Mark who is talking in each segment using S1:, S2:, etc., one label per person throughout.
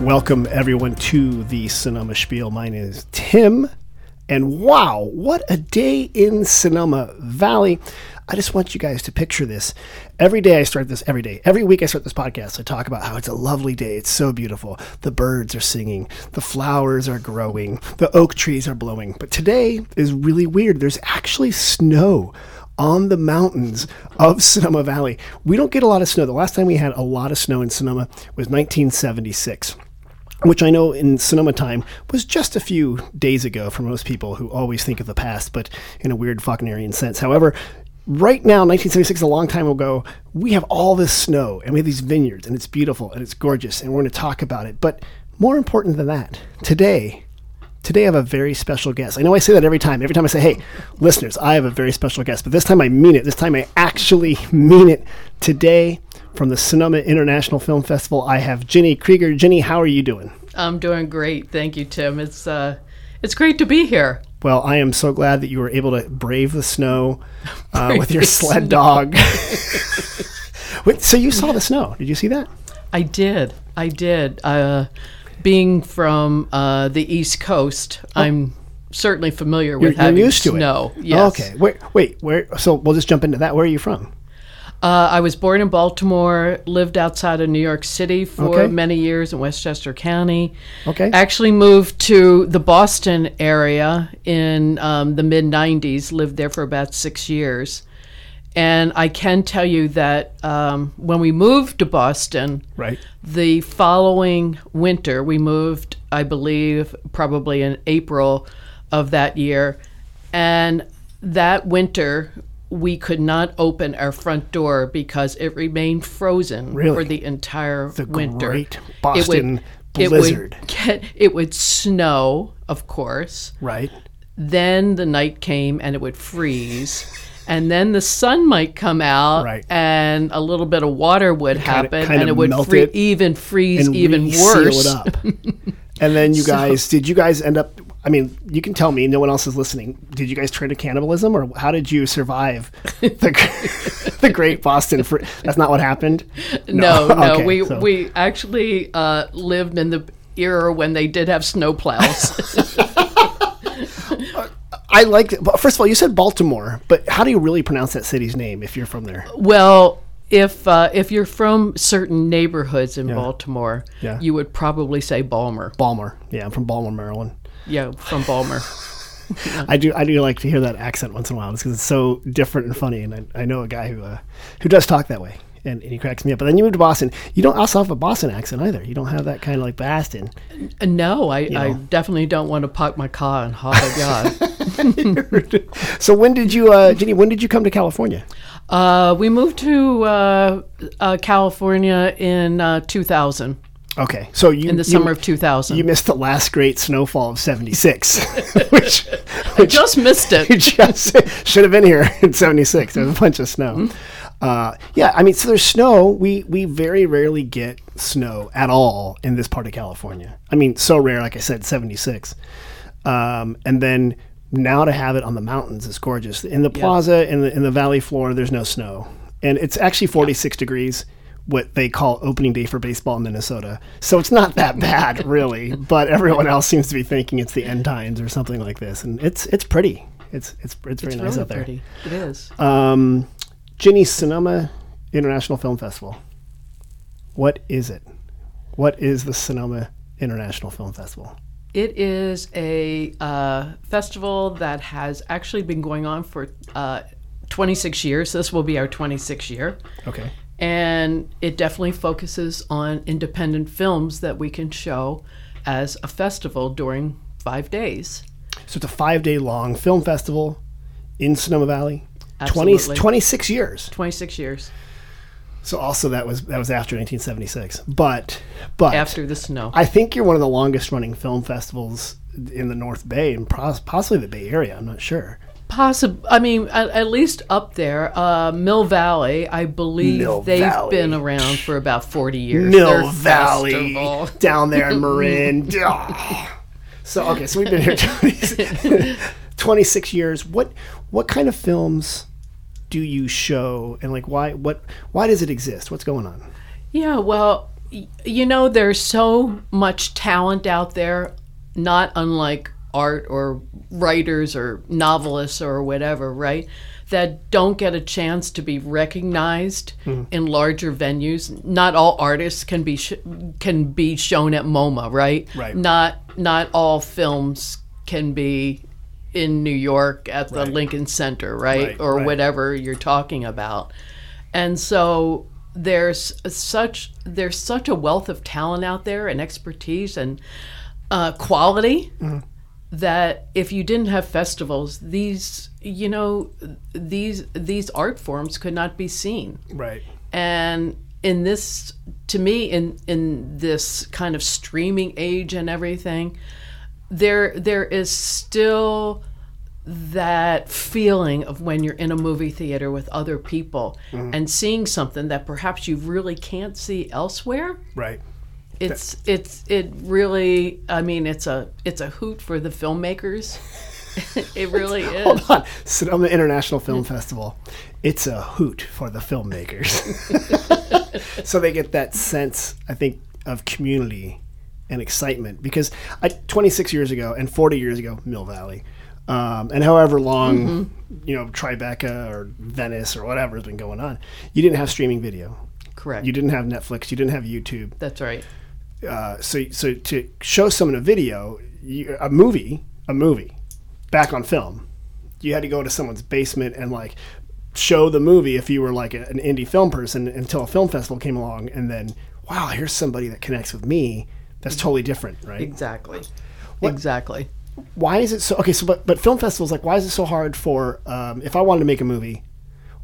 S1: Welcome, everyone, to the Sonoma Spiel. My name is Tim, and wow, what a day in Sonoma Valley. I just want you guys to picture this. Every day I start this, every day, every week I start this podcast. I talk about how it's a lovely day. It's so beautiful. The birds are singing, the flowers are growing, the oak trees are blowing. But today is really weird. There's actually snow on the mountains of Sonoma Valley. We don't get a lot of snow. The last time we had a lot of snow in Sonoma was 1976 which I know in Sonoma time was just a few days ago for most people who always think of the past, but in a weird Faulknerian sense. However, right now, 1976, a long time ago, we have all this snow and we have these vineyards and it's beautiful and it's gorgeous and we're going to talk about it. But more important than that, today, Today I have a very special guest. I know I say that every time. Every time I say, "Hey, listeners, I have a very special guest," but this time I mean it. This time I actually mean it. Today, from the Sonoma International Film Festival, I have Jenny Krieger. Jenny, how are you doing?
S2: I'm doing great. Thank you, Tim. It's uh, it's great to be here.
S1: Well, I am so glad that you were able to brave the snow uh, with your sled dog. Wait, so you saw the snow? Did you see that?
S2: I did. I did. Uh, being from uh, the East Coast, I'm certainly familiar
S1: Oh. You're,
S2: with
S1: you're
S2: having
S1: used to it. Oh,
S2: snow. Yes.
S1: Okay. Wait. Wait. Where? So we'll just jump into that. Where are you from?
S2: Uh, I was born in Baltimore, lived outside of New York City for
S1: Okay.
S2: many years in Westchester County.
S1: Okay.
S2: Actually moved to the Boston area in um, the mid 90s, lived there for about six years. And I can tell you that um, when we moved to Boston,
S1: Right.
S2: the following winter, we moved, I believe, probably in April of that year. And that winter, we could not open our front door because it remained frozen
S1: Really?
S2: for the entire
S1: The
S2: winter.
S1: great
S2: It would-
S1: Boston
S2: it would
S1: blizzard.
S2: get- it would snow, of course.
S1: right.
S2: Then the night came and it would freeze. And then the sun might come out,
S1: Right.
S2: and a little bit of water would happen,
S1: kind of
S2: and it would
S1: melt
S2: free-
S1: it
S2: even freeze
S1: and
S2: even
S1: reseal it
S2: worse.
S1: up. and then you guys, did you guys end up? I mean, you can tell me. No one else is listening. Did you guys turn to cannibalism, or how did you survive the gr- the Great Boston? Fr- That's not what happened.
S2: No, no,
S1: Okay,
S2: we
S1: so-
S2: we actually uh, lived in the era when they did have snowplows.
S1: I like. but First of all, you said Baltimore, but how do you really pronounce that city's name if you're from there?
S2: well, if uh, if you're from certain neighborhoods in Baltimore,
S1: Yeah.
S2: you would probably say Balmer.
S1: Balmer. Yeah, I'm from Balmer, Maryland.
S2: Yeah, from Balmer.
S1: I do. I do like to hear that accent once in a while because it's so different and funny. And I, I know a guy who uh, who does talk that way, and, and he cracks me up. But then you move to Boston. You don't also have a Boston accent either. You don't have that kind of like Boston.
S2: Uh, no, I, I definitely don't want to park my car in Harvard Yard.
S1: So when did you, uh, Jenny? When did you come to California?
S2: uh, we moved to uh, uh, California in uh, 2000,
S1: Okay, so you
S2: in the summer of 2000.
S1: You missed the last great snowfall of '76, which, which
S2: Just missed it.
S1: you just should have been here in '76. There was a bunch of snow. Uh, yeah, I mean, so there's snow. We we very rarely get snow at all in this part of California. I mean, so rare. Like I said, '76, um, and then now to have it on the mountains is gorgeous. In the plaza, in the in the valley floor, there's no snow, and it's actually 46 degrees. What they call opening day for baseball in Minnesota. So it's not that bad, really. But everyone else seems to be thinking it's the end times or something like this, and it's it's pretty. It's it's it's very
S2: It's
S1: nice
S2: really
S1: out there.
S2: pretty. It is.
S1: Um, Ginny Sonoma International Film Festival. What is it? What is the Sonoma International Film Festival?
S2: It is a uh, festival that has actually been going on for uh, 26 years. This will be our 26th year.
S1: Okay.
S2: And it definitely focuses on independent films that we can show as a festival during five days.
S1: So it's a five day long film festival in Sonoma Valley. 20,
S2: Absolutely.
S1: 26 years.
S2: 26 years
S1: So also that was that was after 1976. But but
S2: after the snow.
S1: I think you're one of the longest running film festivals in the North Bay and pos- possibly the Bay Area. I'm not sure.
S2: Possible. I mean, at, at least up there, uh, Mill Valley. I believe
S1: Mill
S2: they've
S1: Valley.
S2: been around for about forty years. Their
S1: Mill Valley
S2: festival.
S1: down there in Marin. Ah. so okay, so we've been here 20, 26 years. What what kind of films do you show and like why what why does it exist? What's going on?
S2: Yeah, well, you know, there's so much talent out there, not unlike art or writers or novelists or whatever, right? That don't get a chance to be recognized in larger venues. Not all artists can be sh- can be shown at MoMA, right?
S1: Right.
S2: Not not all films can be in New York at the Lincoln Center, right?
S1: Right,
S2: or
S1: right.
S2: whatever you're talking about. And so there's such there's such a wealth of talent out there and expertise and uh, quality
S1: Mm-hmm.
S2: that if you didn't have festivals, these you know these these art forms could not be seen.
S1: Right.
S2: And in this, to me, in in this kind of streaming age and everything, there there is still that feeling of when you're in a movie theater with other people
S1: Mm-hmm.
S2: and seeing something that perhaps you really can't see elsewhere
S1: Right.
S2: it's it's it really i mean it's a it's a hoot for the filmmakers it really is
S1: Hold on. Sonoma International Film Festival. It's a hoot for the filmmakers. so they get that sense, I think, of community and excitement because I, 26 years ago and 40 years ago, Mill Valley, um, and however long, you know, Tribeca or Venice or whatever has been going on, you didn't have streaming video.
S2: correct
S1: You didn't have Netflix. You didn't have YouTube.
S2: that's right
S1: Uh, so so to show someone a video, you, a movie, a movie, back on film, you had to go to someone's basement and like show the movie if you were like a- an indie film person until a film festival came along and then wow, here's somebody that connects with me. That's totally different, right?
S2: exactly exactly
S1: Why is it so? Okay, so but but film festivals like why is it so hard for um, if I wanted to make a movie,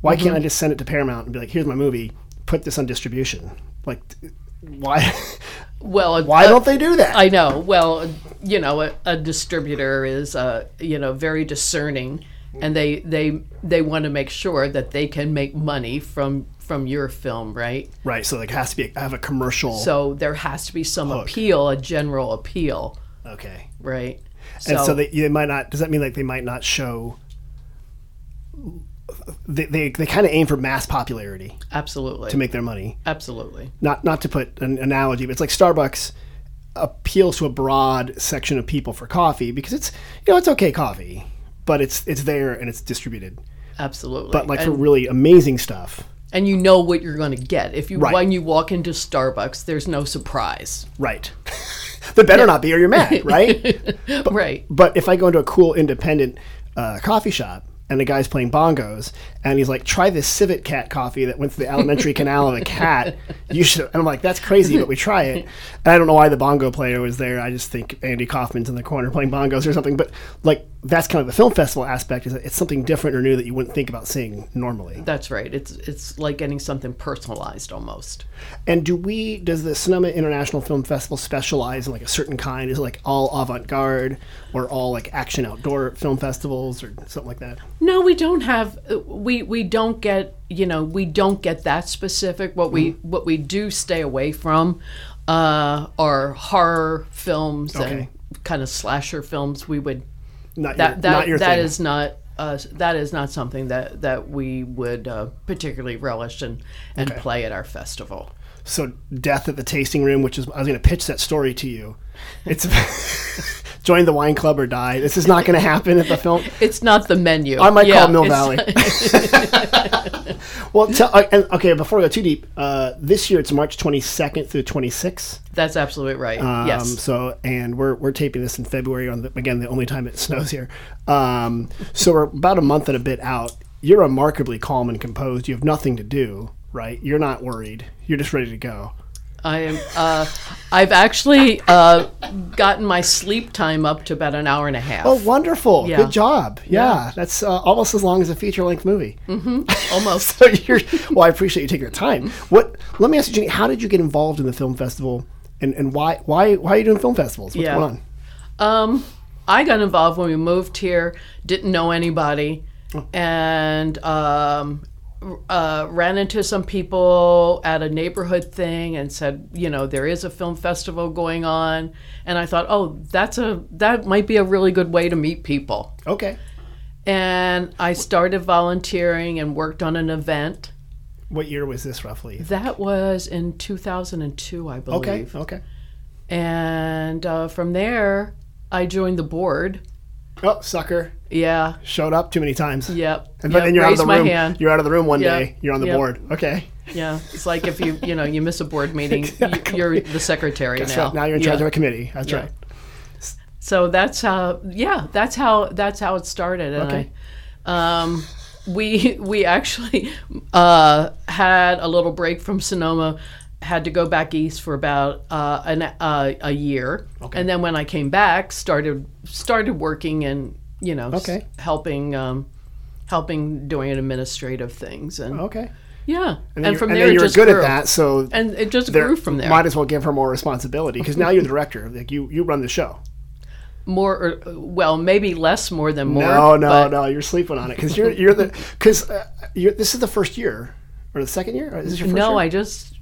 S1: why can't I just send it to Paramount and be like, here's my movie, put this on distribution? Like, t- why
S2: well
S1: why don't they do that?
S2: I know. Well, you know, a, a distributor is, uh, you know, very discerning, and they they they want to make sure that they can make money from from your film, right?
S1: Right. So like has to be have a commercial.
S2: So there has to be some appeal, a general appeal,
S1: okay.
S2: right?
S1: And so, they, they might not. Does that mean like they might not show? They they, they kind of aim for mass popularity
S2: absolutely,
S1: to make their money.
S2: absolutely,
S1: Not not to put an analogy, but it's like Starbucks appeals to a broad section of people for coffee because it's you know it's okay coffee, but it's it's there and it's distributed.
S2: absolutely.
S1: But like
S2: and,
S1: for really amazing stuff,
S2: and you know what you're going to get if you
S1: Right.
S2: when you walk into Starbucks, there's no surprise,
S1: right? there better not be, or you're mad, right?
S2: right?
S1: But if I go into a cool independent uh, coffee shop and the guy's playing bongos and he's like, try this civet cat coffee that went through the elementary canal of a cat, you should. And I'm like, that's crazy, but we try it. And I don't know why the bongo player was there. I just think Andy Kaufman's in the corner playing bongos or something. But like, that's kind of the film festival aspect is that it's something different or new that you wouldn't think about seeing normally.
S2: That's right. It's it's like getting something personalized almost.
S1: And do we, does the Sonoma International Film Festival specialize in like a certain kind? Is it like all avant garde or all like action outdoor film festivals or something like that?
S2: No, we don't have uh, we we don't get you know we don't get that specific. What we
S1: Mm.
S2: what we do stay away from uh, are horror films
S1: Okay.
S2: and kind of slasher films. We would
S1: Not
S2: that
S1: your,
S2: that
S1: not your
S2: that
S1: thing.
S2: is not. Uh, that is not something that, that we would uh, particularly relish and, and play at our festival.
S1: So, Death at the Tasting Room, which is, I was going to pitch that story to you. It's join the wine club or die. This is not going to happen at the film.
S2: It's not the menu.
S1: I might
S2: Yeah,
S1: call Mill
S2: it's-
S1: Valley. well, tell, uh, and, okay, before we go too deep, uh, this year it's March 22nd through 26th.
S2: That's absolutely right.
S1: Um,
S2: yes.
S1: So, and we're, we're taping this in February on, the, again, the only time it snows here. Um, so, we're about a month and a bit out. You're remarkably calm and composed. You have nothing to do, right? You're not worried. You're just ready to go.
S2: I am. Uh, I've actually uh, gotten my sleep time up to about an hour and a half,
S1: Oh, wonderful!
S2: Yeah.
S1: Good job. Yeah, that's uh, almost as long as a feature-length movie.
S2: almost.
S1: So you're well. I appreciate you taking the time. What? Let me ask you, Jenny. How did you get involved in the film festival, and, and why why why are you doing film festivals? What's
S2: Yeah.
S1: going on?
S2: Um, I got involved when we moved here. Didn't know anybody, and um, r- uh, ran into some people at a neighborhood thing and said, you know, there is a film festival going on, and I thought, oh, that's a that might be a really good way to meet people.
S1: Okay.
S2: And I started volunteering and worked on an event.
S1: What year was this roughly?
S2: That was in 2002, I believe.
S1: Okay, okay.
S2: And uh, from there, I joined the board.
S1: Oh, sucker.
S2: Yeah.
S1: Showed up too many times.
S2: Yep.
S1: And
S2: yep.
S1: then you're out of
S2: Raised
S1: the
S2: my
S1: room.
S2: hand.
S1: You're out of the room one
S2: Yeah.
S1: day. You're on the
S2: Yep.
S1: board. Okay.
S2: Yeah, it's like if you you know you miss a board meeting, you, you're the secretary now.
S1: So now you're in charge
S2: Yeah.
S1: of a committee. That's
S2: Yeah.
S1: right.
S2: So that's how yeah, that's how that's how it started. And
S1: Okay.
S2: I, um, we we actually uh, had a little break from Sonoma, had to go back east for about uh, an uh, a year, and then when I came back, started started working and you know s-
S1: Okay.
S2: helping. Um, Helping doing administrative things and
S1: Okay.
S2: yeah, and,
S1: you-
S2: from
S1: Oh. and
S2: there
S1: then
S2: it
S1: you were
S2: just
S1: good
S2: grew.
S1: at that, so
S2: and it just
S1: there-
S2: grew from there.
S1: Might as well give her more responsibility because now you're the director. Like you, you run the show.
S2: more, or, well, maybe less more than more.
S1: No, no,
S2: but
S1: no. You're sleeping on it because you're you're the because uh, you're this is the first year or the second year. Or is this your first
S2: no.
S1: year?
S2: I just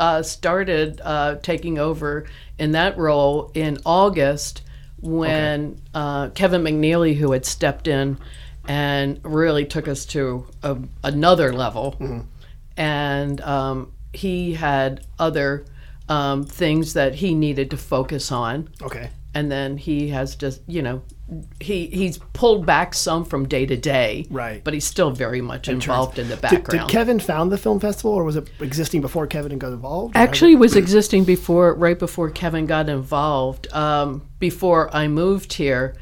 S2: uh, started uh, taking over in that role in August when uh, Kevin McNeely, who had stepped in and really took us to a, another level, and um, he had other um, things that he needed to focus on.
S1: okay.
S2: and then he has just you know he he's pulled back some from day to day
S1: Right.
S2: but he's still very much involved in the
S1: Did,
S2: background
S1: did Kevin found the film festival or was it existing before Kevin got involved? Or how did-
S2: actually was existing before right before kevin got involved um, before i moved here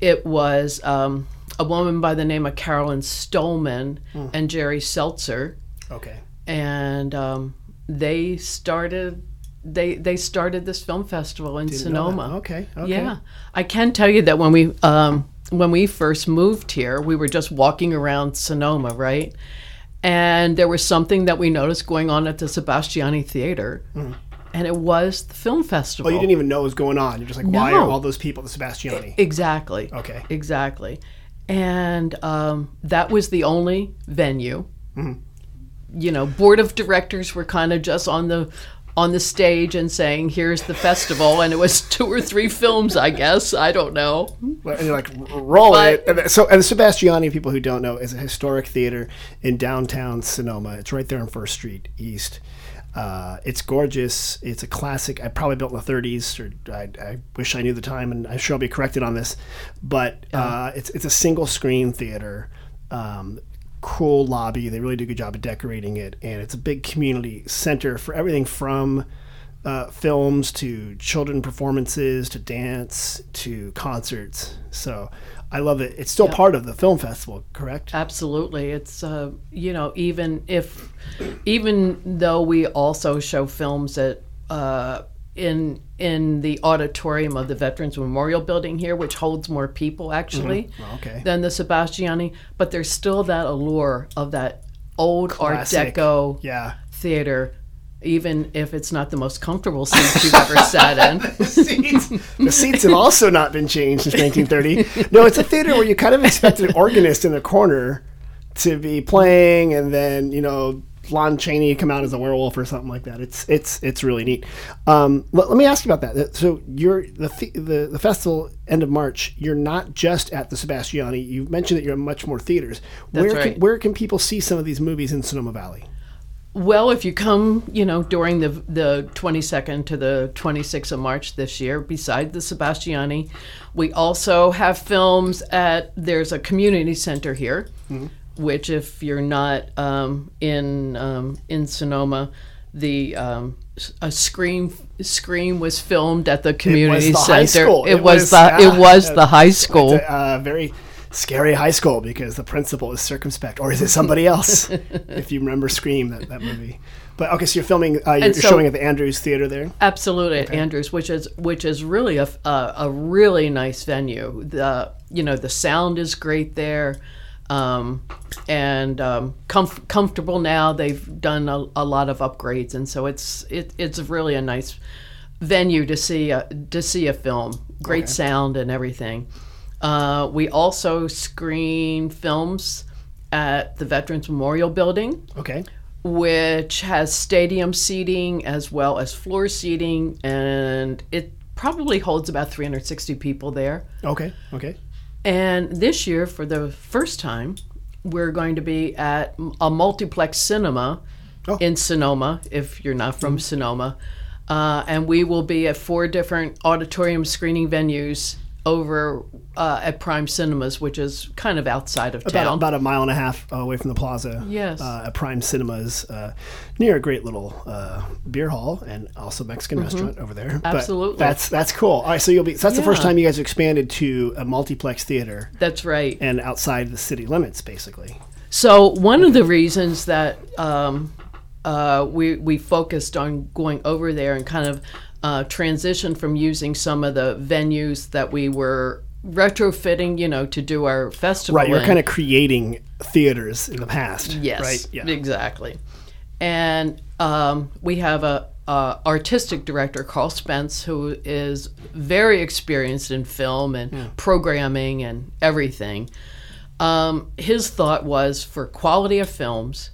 S2: it was um, a woman by the name of carolyn stolman and jerry seltzer
S1: okay.
S2: and um, they started they they started this film festival in
S1: No,
S2: sonoma
S1: Okay. Okay.
S2: Yeah, I can tell you that when we um, when we first moved here, we were just walking around Sonoma, right? And there was something that we noticed going on at the Sebastiani Theater, and it was the film festival.
S1: Well, Hmm. Oh, you didn't even know what was going on. You're just like, why are
S2: No.
S1: all those people at the Sebastiani?
S2: exactly.
S1: Okay.
S2: Exactly, and um, that was the only venue.
S1: Hmm.
S2: You know, board of directors were kind of just on the on the stage and saying, "Here's the festival," and it was two or three films, I guess. I don't know.
S1: Well, and you're like "R- roll
S2: But-
S1: it. And th- so, and the Sebastiani, people who don't know, is a historic theater in downtown Sonoma. It's right there on First Street East. Uh, it's gorgeous. It's a classic. I probably built in the 30s, or I, I wish I knew the time, and I'm sure I'll be corrected on this. But uh, it's it's a single screen theater. Um, cool lobby. They really do a good job of decorating it, and it's a big community center for everything from uh, films to children performances to dance to concerts. So I love it. It's still part of the film festival, correct?
S2: Absolutely. It's, uh, you know, even if, even though we also show films at, uh, in, in the auditorium of the Veterans Memorial Building here, which holds more people actually
S1: Mm-hmm. okay.
S2: than the Sebastiani, but there's still that allure of that old
S1: Classic.
S2: Art Deco
S1: yeah.
S2: theater, even if it's not the most comfortable seats you've ever sat in.
S1: seats. the seats have also not been changed since 1930. No, it's a theater where you kind of expect an organist in the corner to be playing, and then you know Lon Chaney come out as a werewolf or something like that. It's it's it's really neat. Um, let, let me ask you about that. So you're the, the the the festival end of March. You're not just at the Sebastiani. You mentioned that you're in much more theaters. where
S2: right.
S1: can, where can people see some of these movies in Sonoma Valley?
S2: Well, if you come, you know, during the the 22nd to the 26th of March this year, beside the Sebastiani, we also have films at there's a community center here, which if you're not um, in um, in Sonoma, the um, s- a scream scream was filmed at the community
S1: the
S2: center.
S1: high school.
S2: It,
S1: It
S2: was,
S1: was-
S2: the
S1: ah,
S2: it was
S1: yeah.
S2: the high school.
S1: It's a uh, very scary high school because the principal is circumspect, or is it somebody else? if you remember Scream, that, that movie. But okay, so you're filming, uh, you're, you're
S2: so-
S1: showing at the Andrews Theater there.
S2: Absolutely, at Andrews, which is which is really a, f- a a really nice venue. The you know the sound is great there, um, and um, comf- comfortable now. They've done a, a lot of upgrades, and so it's it, it's really a nice venue to see a, to see a film. Great sound and everything. Uh, we also screen films at the Veterans Memorial Building
S1: Okay,
S2: which has stadium seating as well as floor seating, and it probably holds about 360 people there.
S1: okay, okay.
S2: And this year, for the first time, we're going to be at a multiplex cinema
S1: Oh. Mm-hmm.
S2: in Sonoma, if you're not from Sonoma. Uh, and we will be at four different auditorium screening venues over uh, at Prime Cinemas, which is kind of outside of
S1: about,
S2: town.
S1: about a mile and a half away from the plaza.
S2: Yes.
S1: Uh, at Prime Cinemas, uh, near a great little uh, beer hall and also Mexican restaurant over there. But
S2: Mm-hmm. Absolutely.
S1: that's that's cool. All right, so you'll be. So that's the first
S2: Yeah.
S1: time you guys expanded to a multiplex theater
S2: That's right.
S1: and outside the city limits, basically.
S2: So one of the reasons that um, uh, we we focused on going over there and kind of uh, transition from using some of the venues that we were retrofitting, you know, to do our festival.
S1: Right. You're
S2: in.
S1: kind of creating theaters in the past.
S2: yes,
S1: Right. Yeah.
S2: exactly. And um, we have a, a artistic director, Carl Spence, who is very experienced in film and programming and everything. Um, his thought was for quality of films,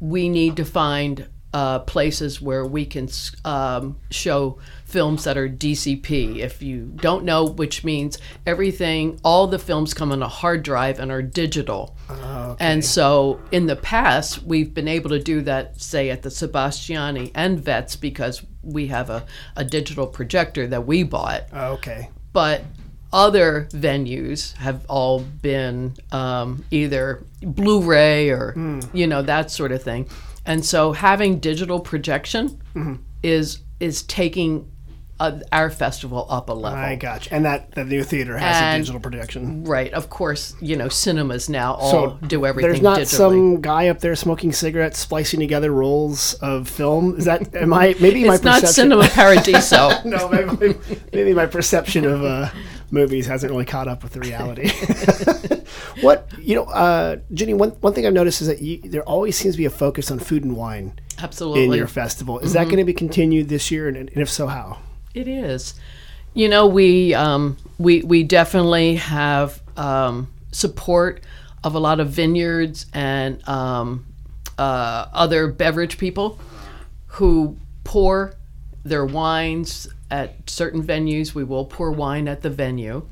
S2: we need to find uh, places where we can s- um, show films that are DCP. If you don't know, which means everything, all the films come on a hard drive and are digital. And so in the past, we've been able to do that, say, at the Sebastiani and Vets because we have a, a digital projector that we bought
S1: Oh, okay.
S2: but other venues have all been um, either Blu-ray or
S1: Hmm.
S2: you know that sort of thing, and so having digital projection
S1: Mm-hmm.
S2: is is taking uh, our festival up a level.
S1: I got you. And that the new theater has a
S2: And-
S1: digital projection.
S2: Right, of course, you know cinemas now all
S1: So
S2: do everything
S1: There's not
S2: digitally.
S1: some guy up there smoking cigarettes, splicing together rolls of film. Is that am I maybe my
S2: it's not
S1: perception?
S2: Cinema Paradiso.
S1: no, maybe, maybe my perception of uh, movies hasn't really caught up with the reality. what you know, uh, Jenny? One one thing I've noticed is that you, there always seems to be a focus on food and wine
S2: Absolutely. Mm-hmm.
S1: in your festival. Is that going to be continued this year? And, and if so, how?
S2: It is. You know, we um, we we definitely have um, support of a lot of vineyards and um, uh, other beverage people who pour their wines at certain venues. We will pour wine at the venue.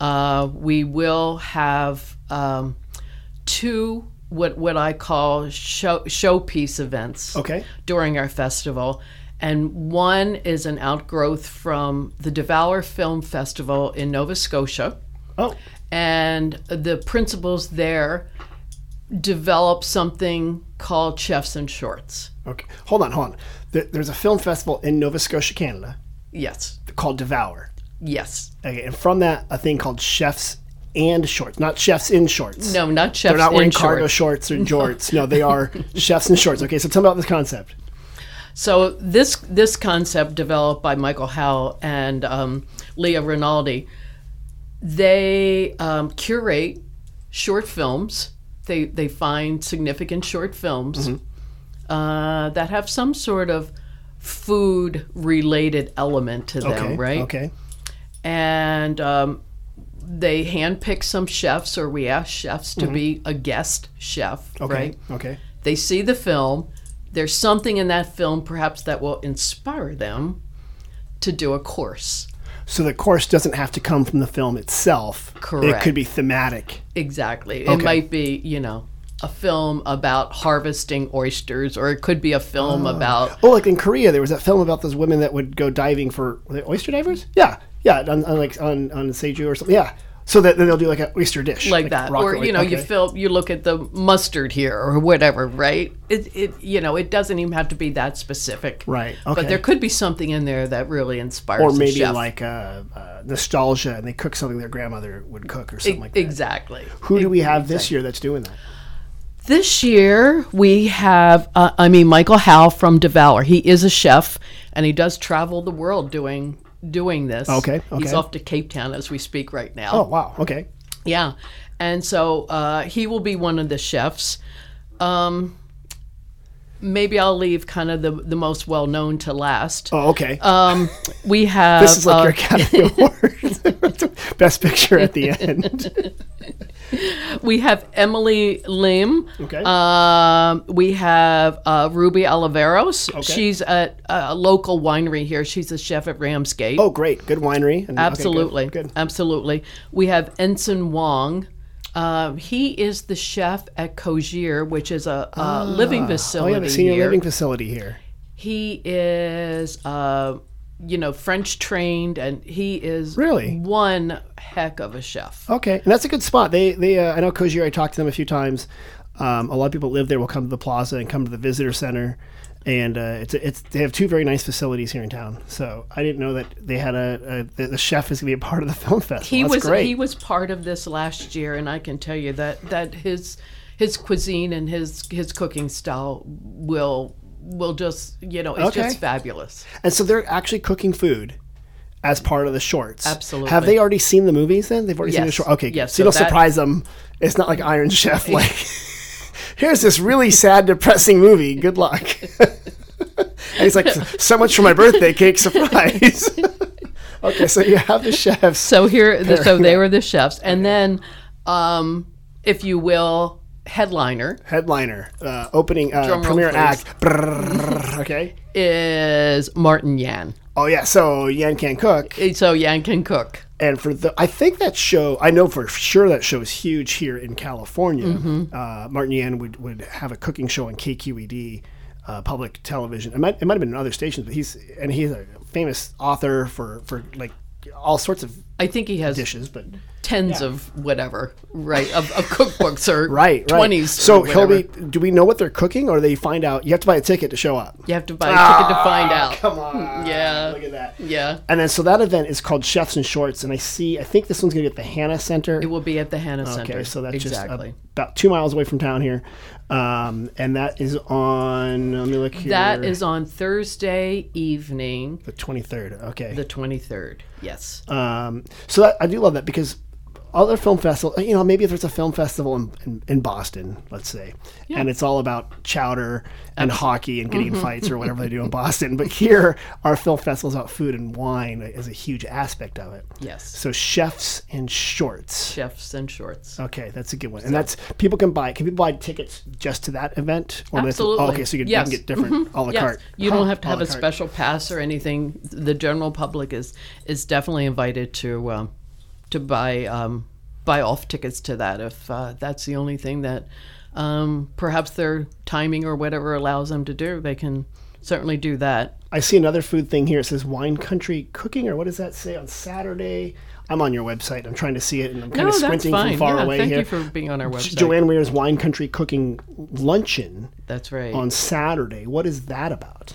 S2: Uh, we will have um, two what what I call show showpiece events
S1: Okay.
S2: during our festival. And one is an outgrowth from the Devour Film Festival in Nova Scotia.
S1: Oh,
S2: And the principals there developed something called Chefs and Shorts.
S1: okay. Hold on, hold on. There, there's a film festival in Nova Scotia, Canada,
S2: Yes,
S1: called Devour.
S2: yes.
S1: Okay, and from that, a thing called chefs and shorts, not chefs in shorts.
S2: No, not Chefs
S1: They're not wearing
S2: in
S1: cargo
S2: Shorts.
S1: shorts or jorts. No, they are chefs in shorts. Okay, so tell me about this concept.
S2: So this this concept developed by Michael Howell and um, Leah Rinaldi, they um, curate short films. They they find significant short films
S1: Mm-hmm.
S2: uh, that have some sort of food related element to them,
S1: Okay,
S2: right?
S1: Okay.
S2: and um, they handpick some chefs, or we ask chefs to be a guest chef,
S1: Mm-hmm. Okay.
S2: right?
S1: Okay.
S2: They see the film. There's something in that film, perhaps, that will inspire them to do a course.
S1: So the course doesn't have to come from the film itself. It
S2: Correct.
S1: could be thematic.
S2: Exactly.
S1: Okay.
S2: It might be, you know, a film about harvesting oysters, or it could be a film about.
S1: Oh, like in Korea, there was that film about those women that would go diving for were they oyster divers. Yeah, yeah, on, on like on on Seju or something. Yeah. So that then they'll do like an oyster dish,
S2: Like that,
S1: rock
S2: or
S1: oy-
S2: you know, you
S1: okay.
S2: film, you look at the mustard here, or whatever, right? It, it, you know, it doesn't even have to be that specific,
S1: Right, okay.
S2: But there could be something in there that really inspires,
S1: or
S2: the
S1: maybe
S2: chef.
S1: like uh, uh, nostalgia, and they cook something their grandmother would cook or something like that.
S2: exactly.
S1: Who do we have this year that's doing that?
S2: This year we have, uh, I mean, Michael Howe from Devour. He is a chef, and he does travel the world doing doing this.
S1: Okay,
S2: He's
S1: okay.
S2: off to Cape Town as we speak right now.
S1: Oh wow, okay.
S2: Yeah, and so uh, he will be one of the chefs. Um, maybe I'll leave kind of the the most well known to last.
S1: Oh okay.
S2: Um, we have
S1: this is like
S2: uh,
S1: your Academy Award, best picture at the end.
S2: we have Emily Lim.
S1: Okay.
S2: Um, we have uh, Ruby Oliveros.
S1: Okay.
S2: She's at a local winery here. She's a chef at Ramsgate.
S1: Oh great, Oh, good winery. and- okay, good,
S2: absolutely.
S1: good.
S2: Absolutely. We have Ensign Wong, Um, he is the chef at Cogier, which is a, a living
S1: Oh,
S2: facility
S1: yeah, the senior
S2: here.
S1: living facility here.
S2: He is, uh, you know, French trained, and he is
S1: Really?
S2: one heck of a chef.
S1: Okay, and that's a good spot. They, they, uh, I know Kozier. I talked to them a few times. Um, a lot of people live there. Will come to the plaza and come to the visitor center, and uh, it's, it's. They have two very nice facilities here in town. So I didn't know that they had a. a that the chef is going to be a part of the film festival.
S2: He
S1: that's
S2: was
S1: great.
S2: he was part of this last year, and I can tell you that that his his cuisine and his his cooking style will will just you know it's
S1: Okay.
S2: just fabulous.
S1: and so they're actually cooking food. As part of the shorts,
S2: Mm. Absolutely.
S1: Have they already seen the movies? Then they've already seen the
S2: Yes.
S1: short. Okay,
S2: Yes,
S1: So, you
S2: so
S1: don't
S2: that-
S1: surprise them. It's not like Iron Chef. Like, here's this really sad, depressing movie. Good luck. and he's like, so much for my birthday cake surprise. okay, so you have the chefs.
S2: So here, so they were the chefs, and then, um, if you will, headliner
S1: Headliner, uh, opening, uh,
S2: Drum roll,
S1: premiere
S2: please.
S1: act. Brrrr, okay.
S2: is Martin Yan.
S1: Oh yeah, so Yan can cook,
S2: So Yan can cook.
S1: and for the I think that show I know for sure that show is huge here in California.
S2: Mm-hmm.
S1: Uh, Martin Yan would, would have a cooking show on KQED, uh, public television. It might it might have been in other stations, but he's and he's a famous author for for like all sorts of
S2: I think he has
S1: dishes, but
S2: tens of whatever, right? Of, of cookbooks or
S1: right, right.
S2: twenties.
S1: So
S2: or
S1: he'll
S2: whatever.
S1: be. Do we know what they're cooking, or they find out? You have to buy a ticket to show up.
S2: You have to buy a ticket to find out.
S1: Ah, Come on.
S2: Yeah.
S1: Look at that.
S2: Yeah,
S1: And then so that event is called Chefs and Shorts, and I see. I think this one's gonna be at the Hannah Center.
S2: it will be at the Hannah Center.
S1: Okay, so that's
S2: exactly.
S1: just about two miles away from town here, um, and that is on. Let me look here.
S2: that is on Thursday evening,
S1: the twenty third. Okay.
S2: the twenty third. Yes.
S1: Um, so that, I do love that because other film festival, you know, maybe if there's a film festival in, in, in Boston, let's say, and it's all about chowder and hockey and getting in
S2: Mm-hmm.
S1: fights or whatever they do in Boston. But here, our film festival is about food and wine is a huge aspect of it.
S2: Yes.
S1: So chefs and shorts.
S2: Chefs and shorts.
S1: Okay, that's a good one. And that's people can buy. Can people buy tickets just to that event? Or that's-
S2: Absolutely.
S1: oh, okay, so you can, you
S2: Yes. Mm-hmm.
S1: can get different a la
S2: Yes,
S1: carte.
S2: You
S1: Huh,
S2: don't have to have
S1: la
S2: a
S1: carte.
S2: special pass or anything. The general public is is definitely invited to um, to buy um, buy off tickets to that if uh, that's the only thing that um, perhaps their timing or whatever allows them to do. They can certainly do that.
S1: I see another food thing here. It says wine country cooking, or what does that say on Saturday? I'm on your website. I'm trying to see it, and I'm kind
S2: no,
S1: of
S2: that's
S1: squinting
S2: fine.
S1: from far
S2: yeah,
S1: away
S2: thank
S1: here.
S2: you for being on our
S1: Jo-
S2: website.
S1: Joanne Weir's wine country cooking luncheon
S2: that's right.
S1: on Saturday. What is that about?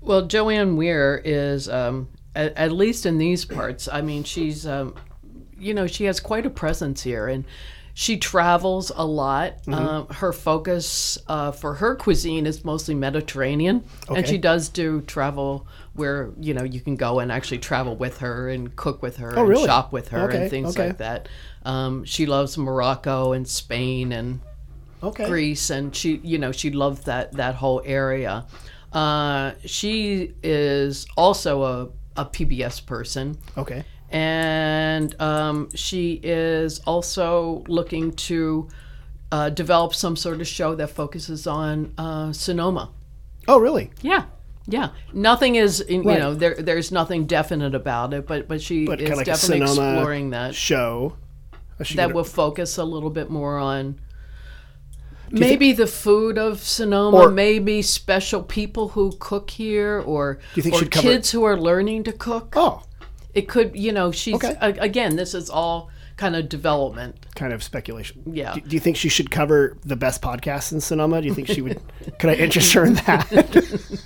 S2: Well, Joanne Weir is, um, at, at least in these parts, I mean, she's, um, you know, she has quite a presence here and she travels a lot.
S1: Mm-hmm.
S2: Um, her focus uh, for her cuisine is mostly Mediterranean. And
S1: Okay.
S2: she does do travel where, you know, you can go and actually travel with her and cook with her and
S1: Oh, really?
S2: shop with her
S1: Okay,
S2: and things
S1: okay.
S2: like that. Um, she loves Morocco and Spain and
S1: Okay.
S2: Greece, and she, you know, she loved that that whole area. Uh, she is also a, a PBS person,
S1: Okay.
S2: and um, she is also looking to uh, develop some sort of show that focuses on uh, Sonoma.
S1: Oh, really?
S2: Yeah. Yeah, nothing is you
S1: Right.
S2: know there. There's nothing definite about it, but but she
S1: But
S2: is
S1: kind of like a
S2: definitely
S1: Sonoma
S2: exploring that
S1: show. I should
S2: that
S1: get a-
S2: will focus a little bit more on maybe the food of Sonoma,
S1: Or-
S2: maybe special people who cook here, or
S1: you think
S2: or
S1: she'd cover-
S2: kids who are learning to cook.
S1: oh,
S2: It could, you know, she's
S1: Okay.
S2: a- again. This is all kind of development.
S1: kind of speculation.
S2: Yeah.
S1: Do, do you think she should cover the best podcasts in Sonoma? Do you think she would? could I interest her in that?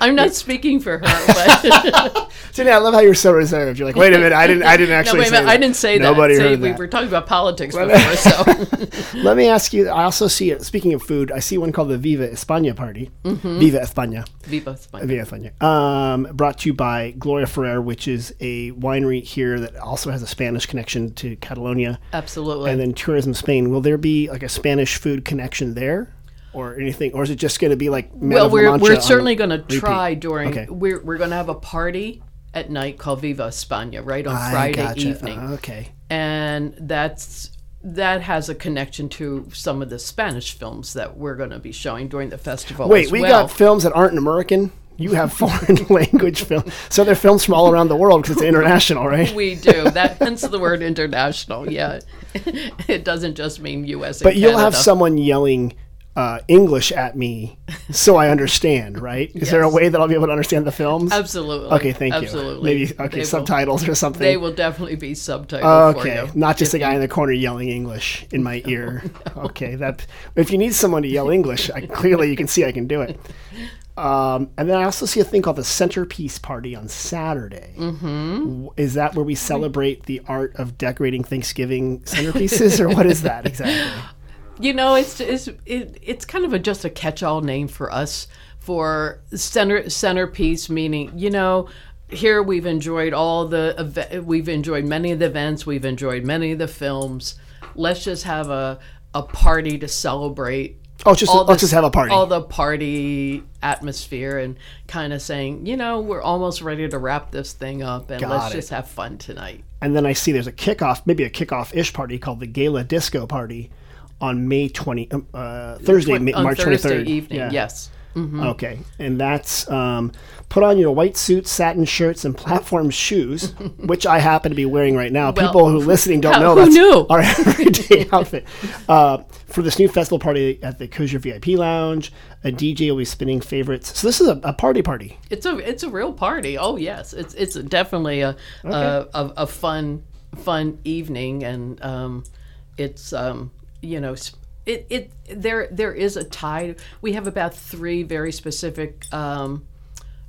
S2: I'm not speaking for her, but
S1: so now I love how you're so reserved. You're like, wait a minute, I didn't, I didn't
S2: no,
S1: actually.
S2: wait a
S1: say
S2: minute,
S1: that.
S2: I didn't say that.
S1: Nobody
S2: Say
S1: heard
S2: we
S1: that.
S2: were talking about politics before, so
S1: Let me ask you. I also see. Speaking of food, I see one called the Viva España party.
S2: Mm-hmm.
S1: Viva España.
S2: Viva España.
S1: Viva España. Um, brought to you by Gloria Ferrer, which is a winery here that also has a Spanish connection to Catalonia,
S2: Absolutely.
S1: and then Tourism Spain. Will there be like a Spanish food connection there, or anything, or is it just going to be like Men
S2: well,
S1: of La
S2: we're,
S1: Mancha
S2: we're
S1: on
S2: certainly going to try during.
S1: Okay.
S2: We're, we're going to have a party at night called Viva España, right on
S1: I
S2: Friday
S1: gotcha.
S2: evening,
S1: Uh, okay.
S2: and that's that has a connection to some of the Spanish films that we're going to be showing during the festival.
S1: Wait,
S2: as
S1: we
S2: well.
S1: got films that aren't American. You have foreign language film. So they're films from all around the world because it's international, right?
S2: We do that. Hence the word international. Yeah, it doesn't just mean U.S.
S1: But you'll have someone yelling uh, English at me so I understand, right? Is there a
S2: Yes.
S1: way that I'll be able to understand the films?
S2: Absolutely.
S1: Okay, thank
S2: Absolutely.
S1: you. Maybe okay,
S2: They will-
S1: subtitles or something.
S2: They will definitely be subtitled
S1: Okay,
S2: for you.
S1: not just a guy in the corner yelling English in my ear. Okay, that if you need someone to yell English, I, clearly you can see I can do it. Um, and then I also see a thing called the Centerpiece Party on Saturday. Mm-hmm. Is that where we celebrate the art of decorating Thanksgiving centerpieces, or what is that exactly?
S2: You know, it's it's it, it's kind of a, just a catch-all name for us for center centerpiece, meaning you know. Here we've enjoyed all the eve- we've enjoyed many of the events, we've enjoyed many of the films. Let's just have a a party to celebrate.
S1: Oh, just
S2: all
S1: let's
S2: the-
S1: just have a party.
S2: All the party atmosphere and kind of saying, you know, we're almost ready to wrap this thing up and
S1: Got
S2: let's
S1: it.
S2: just have fun tonight.
S1: And then I see there's a kickoff, maybe a kickoff-ish party called the Gala Disco Party on May 20, um, uh, Thursday, May,
S2: On
S1: March
S2: Thursday
S1: 23rd.
S2: evening,
S1: Yeah.
S2: yes.
S1: Okay, and that's um, put on your white suits, satin shirts, and platform shoes, which I happen to be wearing right now.
S2: Well,
S1: People who listening don't
S2: how-
S1: know
S2: who
S1: that's
S2: knew?
S1: our everyday outfit uh, for this new festival party at the Kosher VIP Lounge. A DJ will be spinning favorites. So this is a, a party party.
S2: It's a it's a real party. Oh yes, it's it's definitely a a, a, a fun fun evening, and um, it's um, you know s- it it there there is a tie. We have about three very specific um,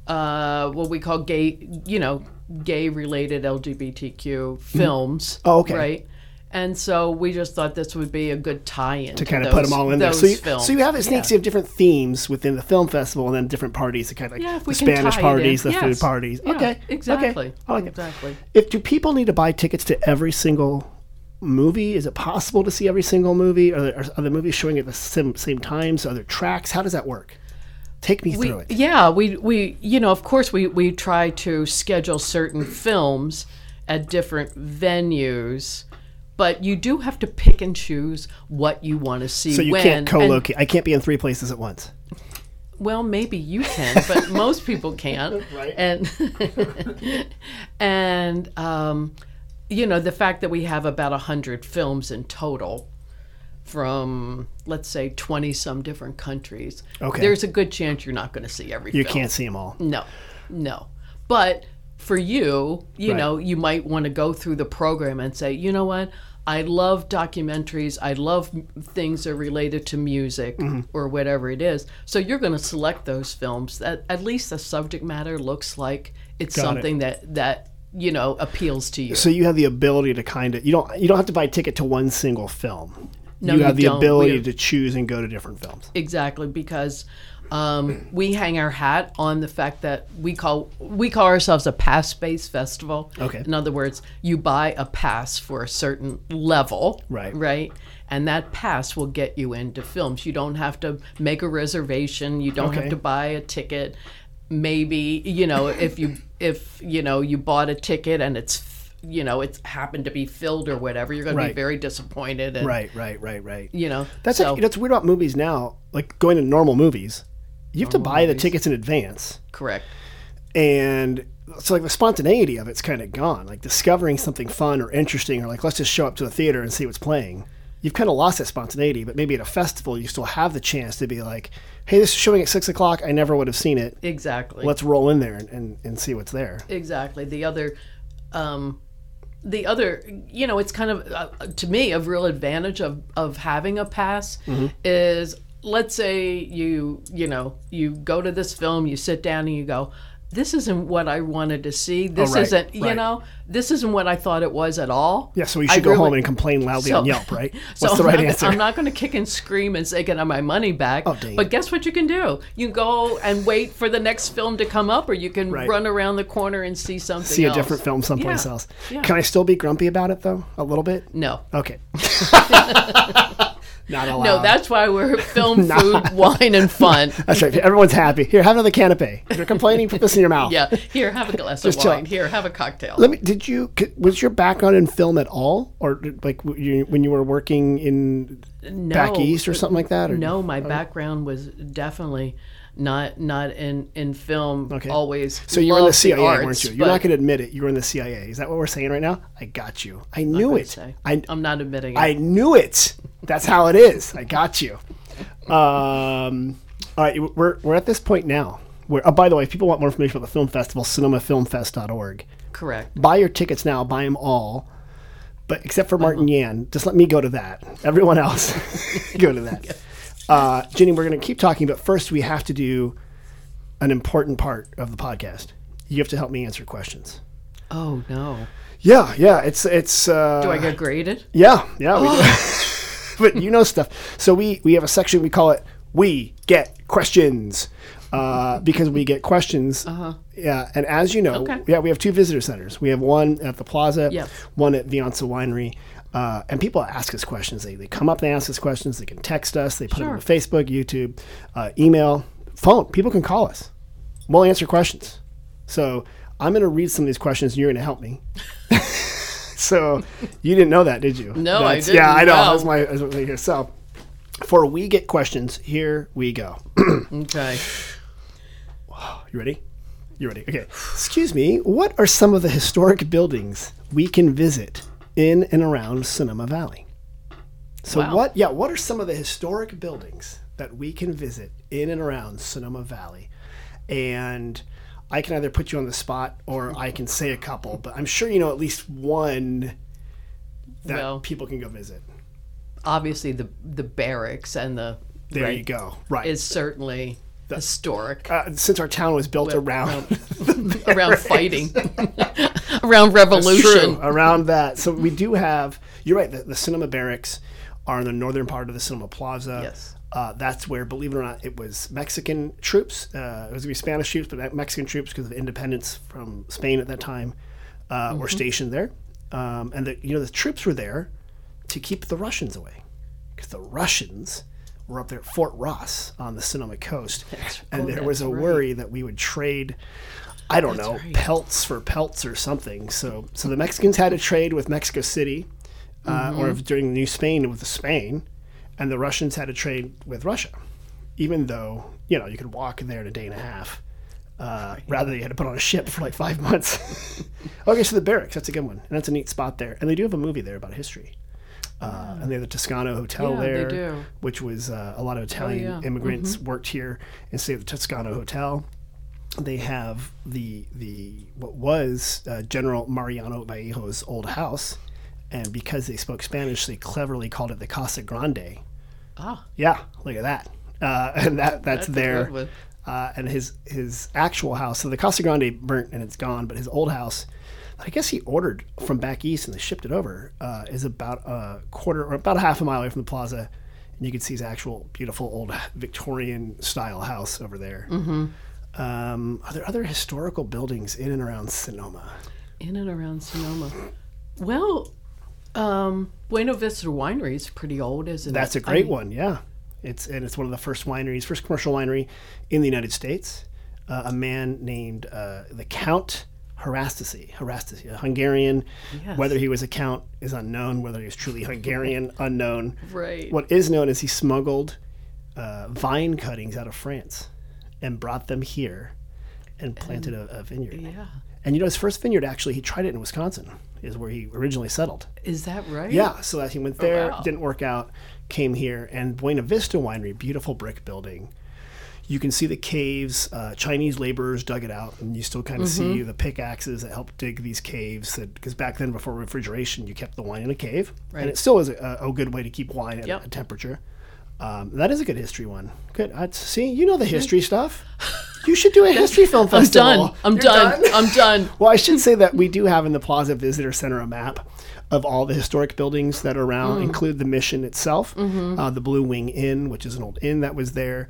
S2: uh, what we call gay you know gay related LGBTQ films.
S1: Oh, okay.
S2: right. And so we just thought this would be a good tie-in to,
S1: to kind of put them all in there. So you,
S2: films.
S1: so you have it sneaks you have different themes within the film festival and then different parties, the kind of like
S2: Yeah, if
S1: the
S2: we can tie
S1: Spanish
S2: it in.
S1: parties, the food
S2: Yes.
S1: parties.
S2: Yeah,
S1: okay, Okay.
S2: exactly.
S1: I like it.
S2: Exactly.
S1: If do people need to buy tickets to every single movie? Is it possible to see every single movie? Are, there, are, are the movies showing at the same, same times? Are there tracks? How does that work? Take me through it.
S2: Yeah, we we you know, of course we we try to schedule certain films at different venues, but you do have to pick and choose what you want to see
S1: So you
S2: when.
S1: can't
S2: and-
S1: co-locate. I can't be in three places at once.
S2: well, maybe you can, but most people can't.
S1: Right.
S2: And and um, you know the fact that we have about hundred films in total from let's say twenty some different countries.
S1: Okay.
S2: There's a good chance you're not going to see every.
S1: You
S2: film.
S1: can't see them all.
S2: No, no. But for you, you
S1: Right.
S2: know, you might want to go through the program and say, you know what? I love documentaries. I love m- things that are related to music
S1: Mm-hmm.
S2: or whatever it is. So you're going to select those films that at least the subject matter looks like it's
S1: Got it.
S2: something that that you know appeals to you.
S1: So you have the ability to kind of you don't you don't have to buy a ticket to one single film.
S2: No,
S1: you
S2: you
S1: have the
S2: don't.
S1: ability
S2: We're-
S1: to choose and go to different films.
S2: Exactly, because um, we hang our hat on the fact that we call we call ourselves a pass based festival.
S1: Okay.
S2: In other words, you buy a pass for a certain level.
S1: Right.
S2: Right. And that pass will get you into films. You don't have to make a reservation. You don't
S1: Okay.
S2: have to buy a ticket. Maybe you know if you if you know you bought a ticket and it's you know it's happened to be filled or whatever, you're going to
S1: Right.
S2: be very disappointed. And,
S1: Right, right, right, right.
S2: You know.
S1: That's
S2: so,
S1: like, that's weird about movies now. Like going to normal movies, you have to buy the tickets in advance,
S2: correct.
S1: and so like the spontaneity of it's kind of gone. Like discovering something fun or interesting, or like let's just show up to the theater and see what's playing. You've kind of lost that spontaneity, but maybe at a festival you still have the chance to be like, "Hey, this is showing at six o'clock. I never would have seen it.
S2: Exactly.
S1: Let's roll in there and, and, and see what's there."
S2: Exactly. The other, um, the other, you know, it's kind of uh, to me a real advantage of of having a pass
S1: Mm-hmm.
S2: is let's say you you know you go to this film, you sit down and you go. This isn't what I wanted to see. This
S1: Oh, right,
S2: isn't, you
S1: right.
S2: know, this isn't what I thought it was at all.
S1: Yeah, so we
S2: I
S1: should go home
S2: really-
S1: and complain loudly
S2: So-
S1: on Yelp, right? What's
S2: so
S1: the
S2: I'm
S1: right
S2: not,
S1: answer? Oh,
S2: I'm not going to kick and scream and say, "Can I have my money back?"
S1: dang it.
S2: but guess what you can do? You can go and wait for the next film to come up, or you can
S1: Right.
S2: run around the corner and see something.
S1: see a
S2: else.
S1: different film someplace
S2: Yeah,
S1: else.
S2: yeah.
S1: Can I still be grumpy about it though? A little bit.
S2: No.
S1: Okay. Not allowed.
S2: No, that's why we're film, food, wine, and fun.
S1: That's right. Everyone's happy. Here, have another canapé. If you're complaining, put this in your mouth.
S2: Yeah. Here, have a glass
S1: Just
S2: of
S1: chill.
S2: wine. Here, have a cocktail.
S1: Let me. Did you? c- Was your background in film at all, or did, like w- you, when you were working in
S2: no,
S1: back east Oh. or something like that? Or
S2: No, my background was definitely not not in in film.
S1: Okay.
S2: Always.
S1: So you were in the
S2: loved
S1: CIA,
S2: arts,
S1: weren't you? You're
S2: but
S1: not going to admit it. You were in the CIA. Is that what we're saying right now? I got you. I knew
S2: I'd
S1: it.
S2: say.
S1: I
S2: I'm not admitting it.
S1: I knew it. That's how it is. I got you. Um, all right, we're, we're at this point now. Where, oh, by the way, if people want more information about the film festival, cinemafilmfest.org.
S2: Correct.
S1: Buy your tickets now. Buy them all. But except for Martin Yan, just let me go to that. Everyone else, go to that. Uh, Jenny, we're going to keep talking, but first we have to do an important part of the podcast. You have to help me answer questions.
S2: Oh no.
S1: Yeah, yeah. It's it's. Uh,
S2: Do I get graded?
S1: yeah, yeah, we do. but you know stuff. So we we have a section we call it "We Get Questions" uh, because we get questions. Uh-huh. Yeah, and as you know,
S2: Okay.
S1: yeah, we have two visitor centers. We have one at the Plaza,
S2: Yep.
S1: one at Vianza Winery. Uh, and people ask us questions. They, they come up, they ask us questions. They can text us. They put them on Facebook, YouTube, uh, email, phone. People can call us. We'll answer questions. So I'm going to read some of these questions, and you're going to help me. So you didn't know that, did you?
S2: No, I
S1: That's-
S2: didn't
S1: Yeah, I know.
S2: know.
S1: That was my that was my- here. So for we get questions, here we go.
S2: Okay.
S1: You ready? You ready? Okay. Excuse me. What are some of the historic buildings we can visit in and around Cinema Valley? So
S2: Wow.
S1: what? Yeah. What are some of the historic buildings that we can visit in and around Cinema Valley? And I can either put you on the spot or I can say a couple, but I'm sure you know at least one that
S2: Well-
S1: people can go visit.
S2: Obviously, the the barracks and the
S1: There
S2: right,
S1: you go. Right.
S2: is certainly historic
S1: uh, since our town was built around
S2: around fighting, around revolution.
S1: True, around that. So we do have. You're right. The, the cinema barracks are in the northern part of the cinema plaza.
S2: Yes.
S1: Uh, that's where, believe it or not, it was Mexican troops. Uh, it was going to be Spanish troops, but Me- Mexican troops, because of independence from Spain at that time, uh, were
S2: Mm-hmm.
S1: stationed there. Um, and the, you know the troops were there to keep the Russians away, because the Russians were up there at Fort Ross on the Sonoma coast, and
S2: oh,
S1: there
S2: that's
S1: was a
S2: right.
S1: worry that we would trade. I don't know
S2: right.
S1: pelts for pelts or something. So so the Mexicans had a trade with Mexico City, uh,
S2: Mm-hmm.
S1: or if, during New Spain with Spain, and the Russians had a trade with Russia, even though you know you could walk there in a day and a half. Uh, rather, than you had to put on a ship for like five months. okay, so the barracks, that's a good one. And that's a neat spot there. And they do have a movie there about history. Uh, and they have the Toscano Hotel
S2: Ah. Yeah, they
S1: there,
S2: do.
S1: which was uh, a lot of Italian
S2: yeah.
S1: immigrants worked here and stayed at the Toscano Hotel they have the the what was uh, General Mariano Vallejo's old house, and because they spoke Spanish, they cleverly called it the Casa Grande.
S2: Ah,
S1: Yeah, look at that, uh, and that that's,
S2: That's a
S1: there.
S2: good one.
S1: Uh, and his his actual house, so the Casa Grande burnt and it's gone, but his old house, that I guess he ordered from back east and they shipped it over, uh, is about a quarter or about a half a mile away from the plaza, and you can see his actual beautiful old Victorian style house over there.
S2: Mm-hmm.
S1: Um, are there other historical buildings in and around Sonoma?
S2: in and around Sonoma. Well, um, Buena Vista Winery is pretty old, isn't
S1: That's
S2: it?
S1: a great one. Yeah, it's and it's one of the first wineries, first commercial winery in the United States. Uh, a man named uh, the Count Harastasi, Harastasi, a Hungarian.
S2: Yes.
S1: Whether he was a count is unknown. Whether he was truly Hungarian, unknown.
S2: Right.
S1: What is known is he smuggled uh, vine cuttings out of France and brought them here and planted a, a vineyard.
S2: Yeah.
S1: And you know his first vineyard actually he tried it in Wisconsin is where he originally settled.
S2: Is that right? Oh,
S1: Yeah, so that he went there,
S2: wow.
S1: didn't work out, came here, and Buena Vista Winery, beautiful brick building. You can see the caves. Uh, Chinese laborers dug it out, and you still kind of
S2: Mm-hmm.
S1: see the pickaxes that helped dig these caves. Because back then, before refrigeration, you kept the wine in a cave,
S2: Right.
S1: and it still is a, a good way to keep wine at
S2: Yep.
S1: a temperature. Um, that is a good history one. Good. i see, you know the history stuff. You should do a history film
S2: I'm
S1: festival.
S2: done. I'm
S1: You're
S2: done. I'm done.
S1: well, I should say that we do have in the Plaza Visitor Center a map of all the historic buildings that are around, include the Mission itself, uh, the Blue Wing Inn, which is an old inn that was there.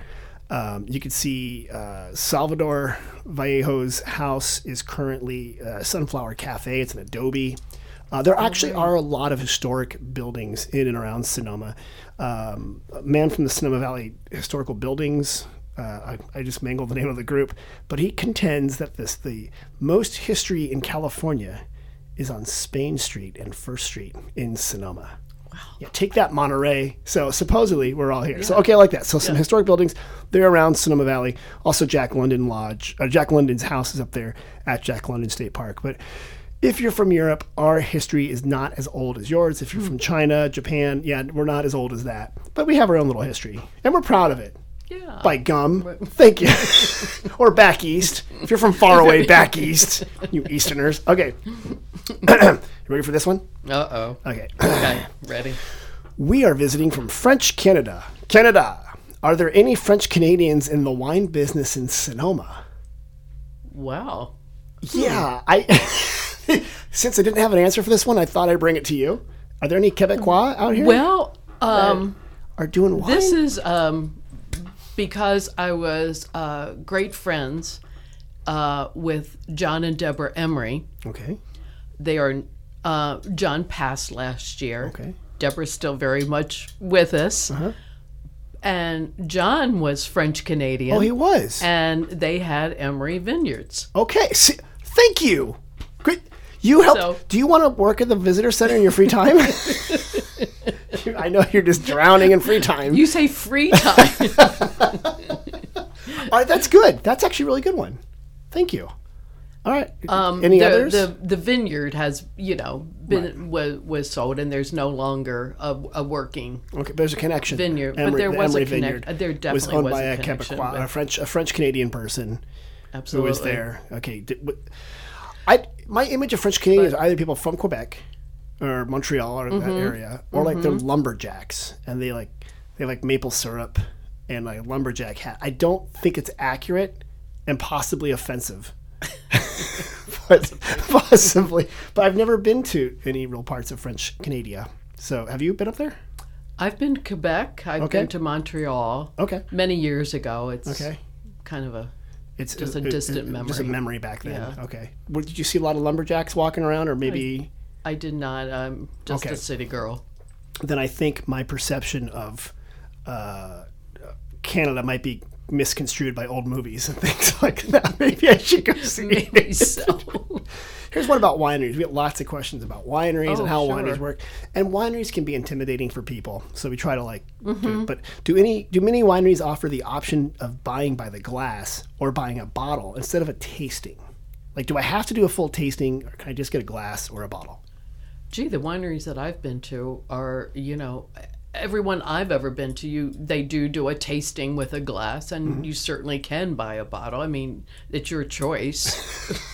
S1: Um, you can see uh, Salvador Vallejo's house is currently uh, Sunflower Cafe. It's an adobe. Uh, there actually are a lot of historic buildings in and around Sonoma. Um, a man from the Sonoma Valley Historical Buildings, uh, I, I just mangled the name of the group, but he contends that this the most history in California is on Spain Street and First Street in Sonoma. Yeah, take that Monterey. So supposedly we're all here. So okay, I like that. So some historic buildings, they're around Sonoma Valley. Also Jack London Lodge, or Jack London's house is up there at Jack London State Park. But if you're from Europe, our history is not as old as yours. If you're from China, Japan, yeah, we're not as old as that. But we have our own little history, and we're proud of it.
S2: Yeah.
S1: By gum. Thank you. or back east. If you're from far away back east, you Easterners. Okay. you ready for this one?
S2: Uh oh.
S1: Okay.
S2: Okay, ready.
S1: We are visiting from French Canada. Canada. Are there any French Canadians in the wine business in Sonoma?
S2: Wow. Hmm.
S1: Yeah, I. since I didn't have an answer for this one, I thought I'd bring it to you. Are there any Quebecois out here?
S2: Well, um,
S1: are doing wine?
S2: this is um, because I was uh, great friends uh, with John and Deborah Emery.
S1: okay.
S2: They are uh, John passed last year.
S1: Okay. Uh-huh.
S2: Deborah's still very much with us, and John was French Canadian.
S1: Oh, he was.
S2: and they had Emery Vineyards.
S1: okay. See, thank you. Great. You help.
S2: So-
S1: Do you want to work at the visitor center in your free time? You- I know you're just drowning in free time.
S2: You say free time.
S1: All right, that's good. That's actually a really good one. Thank you. All right.
S2: Um,
S1: Any
S2: the,
S1: others?
S2: The the vineyard has you know been was, was sold and there's no longer a, a working.
S1: Okay, there's a connection. there.
S2: Vineyard, but there
S1: the
S2: was a
S1: Emery Vineyard
S2: connect- uh, there
S1: was
S2: definitely
S1: owned
S2: was
S1: by
S2: a
S1: a
S2: connection,
S1: Quebecois,
S2: but-
S1: a French, a French Canadian person who
S2: Absolutely,
S1: was there. Okay, did, w- I my image of French Canadians are either people from Quebec or Montreal or
S2: Mm-hmm.
S1: that area, or like they're lumberjacks and they like they like maple syrup and like a lumberjack hat. I don't think it's accurate and possibly offensive. but possibly, but I've never been to any real parts of French Canada. So, have you been up there?
S2: I've been to Quebec. I've
S1: Okay.
S2: been to Montreal.
S1: Okay.
S2: Many years ago. It's
S1: Okay.
S2: kind of a
S1: It's
S2: Just a
S1: it- it-
S2: distant
S1: it- Just a
S2: memory.
S1: memory back then.
S2: Yeah.
S1: Okay. What, did you see a lot of lumberjacks walking around, or maybe?
S2: I did not. I'm just
S1: Okay.
S2: a city girl.
S1: Then I think my perception of uh, Canada might be misconstrued by old movies and things like that. maybe I should go see.
S2: Maybe so.
S1: Here's one about wineries. We get lots of questions about wineries
S2: Oh,
S1: and how
S2: sure.
S1: wineries work, and wineries can be intimidating for people. So we try to like.
S2: Mm-hmm.
S1: Do it. But do any do many wineries offer the option of buying by the glass or buying a bottle instead of a tasting? Like, do I have to do a full tasting, or can I just get a glass or a bottle?
S2: Gee, the wineries that I've been to are you know. Everyone I've ever been to, you they do do a tasting with a glass, and
S1: Mm-hmm.
S2: you certainly can buy a bottle. I mean, it's your choice.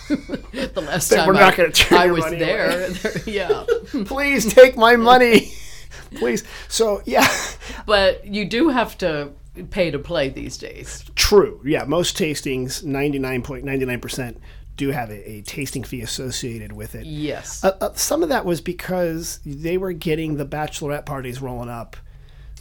S2: the last time
S1: we're
S2: I,
S1: not gonna turn
S2: I
S1: your
S2: was
S1: money
S2: there, there- yeah.
S1: Please take my money. Please. So yeah.
S2: But you do have to pay to play these days.
S1: True. Yeah, most tastings, 99.99%, do have a, a tasting fee associated with it.
S2: Yes.
S1: Uh, uh, some of that was because they were getting the bachelorette parties rolling up,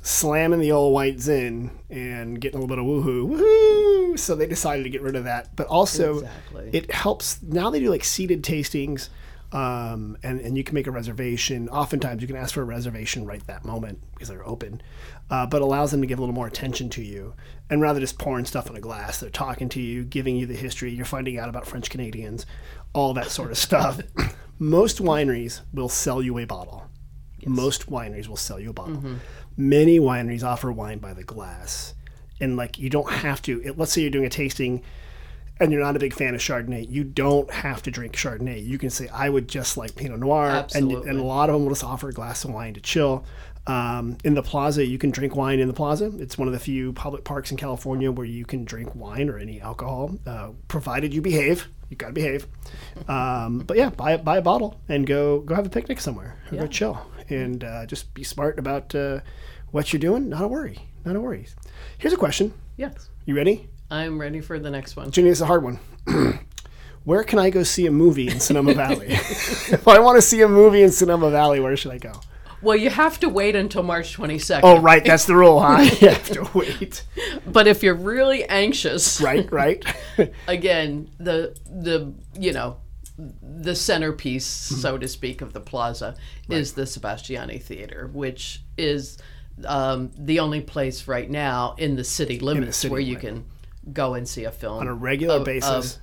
S1: slamming the old white zin and getting a little bit of woohoo, woohoo. So they decided to get rid of that. But also,
S2: Exactly.
S1: it helps. Now they do like seated tastings, um, and and you can make a reservation. Oftentimes, you can ask for a reservation right that moment because they're open, uh, but allows them to give a little more attention to you. And rather just pouring stuff in a glass, they're talking to you, giving you the history. You're finding out about French Canadians, all that sort of stuff. Most wineries will sell you a bottle. Most wineries will sell you a bottle. Many wineries offer wine by the glass. And like you don't have to. It, let's say you're doing a tasting and you're not a big fan of Chardonnay, you don't have to drink Chardonnay. You can say, I would just like Pinot Noir. And,
S2: Absolutely.
S1: and a lot of them will just offer a glass of wine to chill. Um, in the plaza, you can drink wine in the plaza. It's one of the few public parks in California where you can drink wine or any alcohol, uh, provided you behave. You gotta behave. Um, but yeah, buy buy a bottle and go go have a picnic somewhere. Or Go chill and uh, just be smart about uh, what you're doing. Not a worry. Not a worry. Here's a question.
S2: yes.
S1: You ready?
S2: I'm ready for the next one.
S1: Jenny, it's a hard one. Where can I go see a movie in Sonoma Valley? if I want to see a movie in Sonoma Valley, where should I go?
S2: Well, you have to wait until March 22nd.
S1: Oh, right, that's the rule, huh? you have to wait.
S2: But if you're really anxious,
S1: Oh. Right, right.
S2: again, the the you know, the centerpiece,
S1: Mm-hmm.
S2: so to speak, of the plaza is the Sebastiani Theater, which is um, the only place right now in the city limits
S1: city,
S2: where you
S1: right.
S2: can go and see a
S1: Oh,
S2: film
S1: um, On a regular
S2: of-
S1: basis.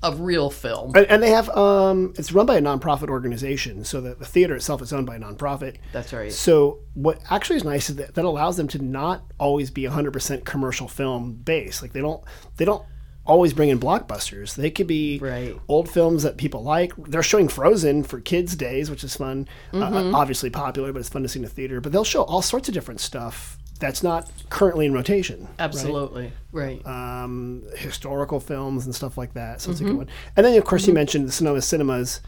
S2: of real film.
S1: And, and they have um, it's run by a nonprofit organization, so the, the theater itself is owned by a nonprofit.
S2: That's right.
S1: So what actually is nice is that that allows them to not always be 100% commercial film based. Like they don't they don't always bring in blockbusters. They could be
S2: Right.
S1: old films that people like. They're showing Frozen for kids' days, which is fun.
S2: Mm-hmm.
S1: Uh, obviously popular, but it's fun to see in the theater. But they'll show all sorts of different stuff that's not currently in rotation.
S2: Absolutely. Right.
S1: um, historical films and stuff like that. So it's
S2: Mm-hmm.
S1: a good one. And then, of course, you mentioned the Sonoma Cinemas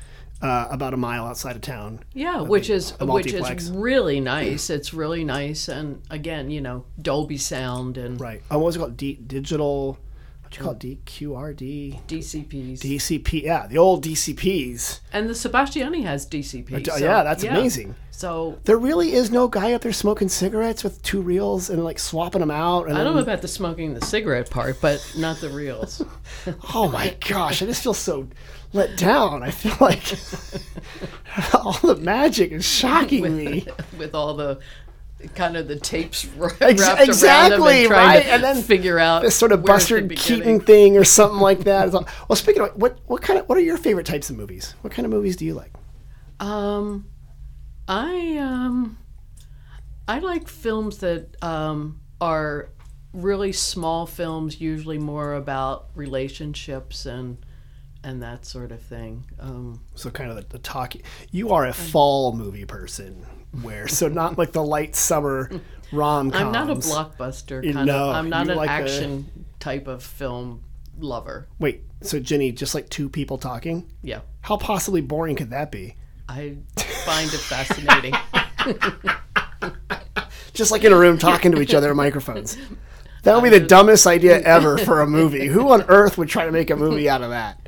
S1: uh, about a mile outside of town.
S2: yeah, which is
S1: a
S2: which
S1: multiplex.
S2: is really nice. It's really nice and again, you know, Dolby sound and
S1: Right. Uh, what was it called? D- digital. What do you call it? DQRD?
S2: DCPs.
S1: DCP. Yeah, the old DCPs.
S2: and the Sebastiani has DCP.
S1: Uh, d- yeah, that's amazing.
S2: So
S1: There really is no guy up there smoking cigarettes with two reels and like swapping them out. And
S2: I don't know
S1: then-
S2: about the smoking the cigarette part, but not the reels.
S1: oh my gosh, I just feel so let down. I feel like all the magic is shocking me.
S2: with all the kind of the tapes wra- wrapped
S1: Ex-
S2: around them
S1: exactly,
S2: and trying
S1: right?
S2: to
S1: And then
S2: figure out
S1: this sort of
S2: where's the
S1: Buster
S2: beginning.
S1: Keaton thing or something like that. It's all- well, speaking of what, what kind of what are your favorite types of movies? What kind of movies do you like?
S2: Um, I um, I like films that um, are really small films, usually more about relationships and and that sort of thing. Um,
S1: So kind of the, the talk. You are a fall movie person, where so not like the light summer rom coms.
S2: I'm not a blockbuster
S1: You
S2: kind
S1: know,
S2: of. I'm not
S1: you
S2: an
S1: like a-
S2: action type of film lover.
S1: Wait, so Jenny, just like two people talking.
S2: Yeah,
S1: How possibly boring could that be?
S2: I find it fascinating.
S1: Just like in a room talking to each other at microphones. That would be the dumbest idea ever for a movie. Who on earth would try to make a movie out of that?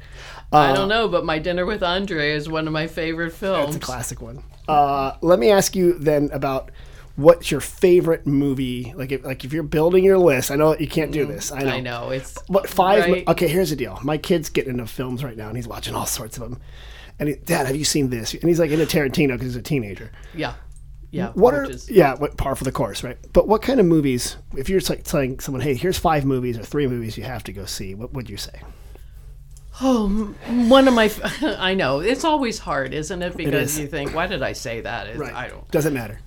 S2: I don't know, but My Dinner with Andre is one of my favorite films.
S1: It's Uh, a classic one. Uh, let me ask you then about what's your favorite movie? Like, if, like if you're building your list, I know you can't do this. I know.
S2: Mm-hmm. I know it's
S1: But five. mo-
S2: right?
S1: okay, here's the deal. My kid's getting into films right now, and he's watching all sorts of them. And he, Dad, have you seen this? And he's like into Tarantino because he's a teenager.
S2: yeah, yeah.
S1: What
S2: which
S1: are
S2: is-
S1: yeah, what par for the course, right? But what kind of movies? If you're like telling someone, hey, here's five movies or three movies you have to go see, what would you say?
S2: Oh, m- one of my. f- I know it's always hard, isn't it? Because
S1: is.
S2: you think, why did I say that? It's-
S1: Right.
S2: I don't. Um,
S1: Doesn't matter.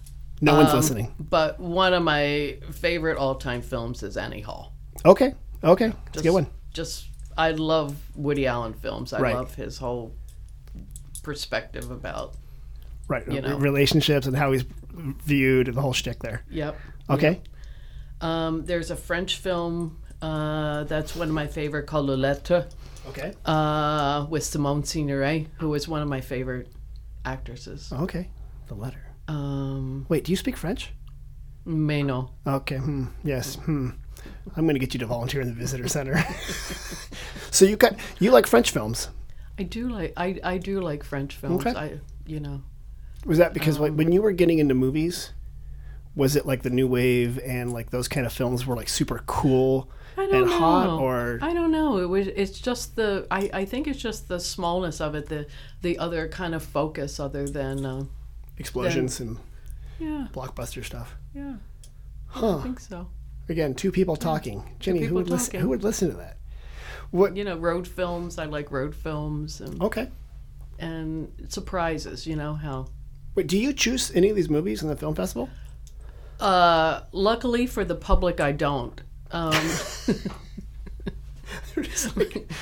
S1: No one's listening.
S2: But one of my favorite all-time films is Annie Hall.
S1: Okay. Okay. It's a good
S2: Just-
S1: one.
S2: Just I love Woody Allen films. I
S1: Right.
S2: love his whole perspective about.
S1: Right.
S2: you know.
S1: Relationships and how he's viewed and the whole shtick there.
S2: Yep.
S1: Okay.
S2: Um, there's a French film uh, that's one of my favorite called Le Lettre.
S1: Okay.
S2: uh, with Simone Signoret, who is one of my favorite actresses.
S1: Okay. The letter.
S2: Um,
S1: Wait, do you speak French?
S2: Maino.
S1: Okay. Hmm. Yes. Hmm. I'm going to get you to volunteer in the visitor center. so you got you like French films?
S2: I do like I, I do like French films.
S1: Okay.
S2: I you know
S1: Was that because like,
S2: Um.
S1: when you were getting into movies, was it like the new wave and like those kind of films were like super cool
S2: I don't
S1: and
S2: know.
S1: hot, or
S2: I don't know. It was it's just the I, I think it's just the smallness of it the the other kind of focus other than uh,
S1: explosions and
S2: yeah
S1: blockbuster stuff?
S2: yeah I
S1: Huh.
S2: think so.
S1: Again, two people talking. Jenny, who
S2: people
S1: would listen?
S2: talking.
S1: Who would listen to that? What?
S2: You know road films. I like road films and
S1: Okay.
S2: and surprises. You know how
S1: Wait, do you choose any of these movies in the film festival?
S2: Uh, luckily for the public, I don't. Um,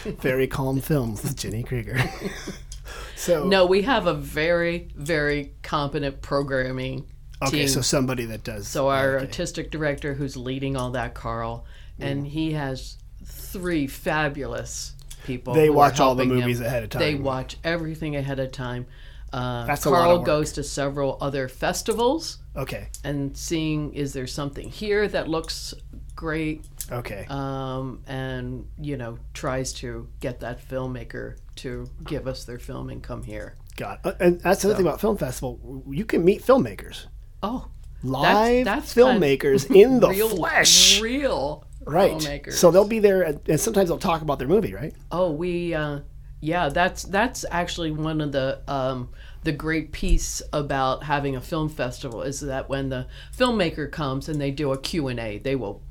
S1: Very calm films with Jenny Krieger. so
S2: no, we have a very, very competent programming
S1: okay,
S2: team.
S1: so
S2: So,
S1: somebody that does
S2: our
S1: okay.
S2: artistic director, who's leading all that, Carl, and he has three fabulous people.
S1: they
S2: who are
S1: watch all the
S2: helping him.
S1: movies ahead of time.
S2: They watch everything ahead of time. Uh,
S1: That's a lot
S2: Carl
S1: of work.
S2: goes to several other festivals
S1: Okay,
S2: and seeing is there something here that looks great
S1: okay,
S2: um, and you know tries to get that filmmaker to give us their film and come here.
S1: got. It. Uh, And that's the other thing about film festival. You can meet filmmakers,
S2: Oh,
S1: live
S2: that's kind of
S1: filmmakers in the
S2: real
S1: Oh, flesh,
S2: real
S1: right?
S2: filmmakers.
S1: So they'll be there, and, and sometimes they'll talk about their movie, right?
S2: oh, we uh, yeah, that's that's actually one of the um, the great piece about having a film festival is that when the filmmaker comes and they do a Q and A, they will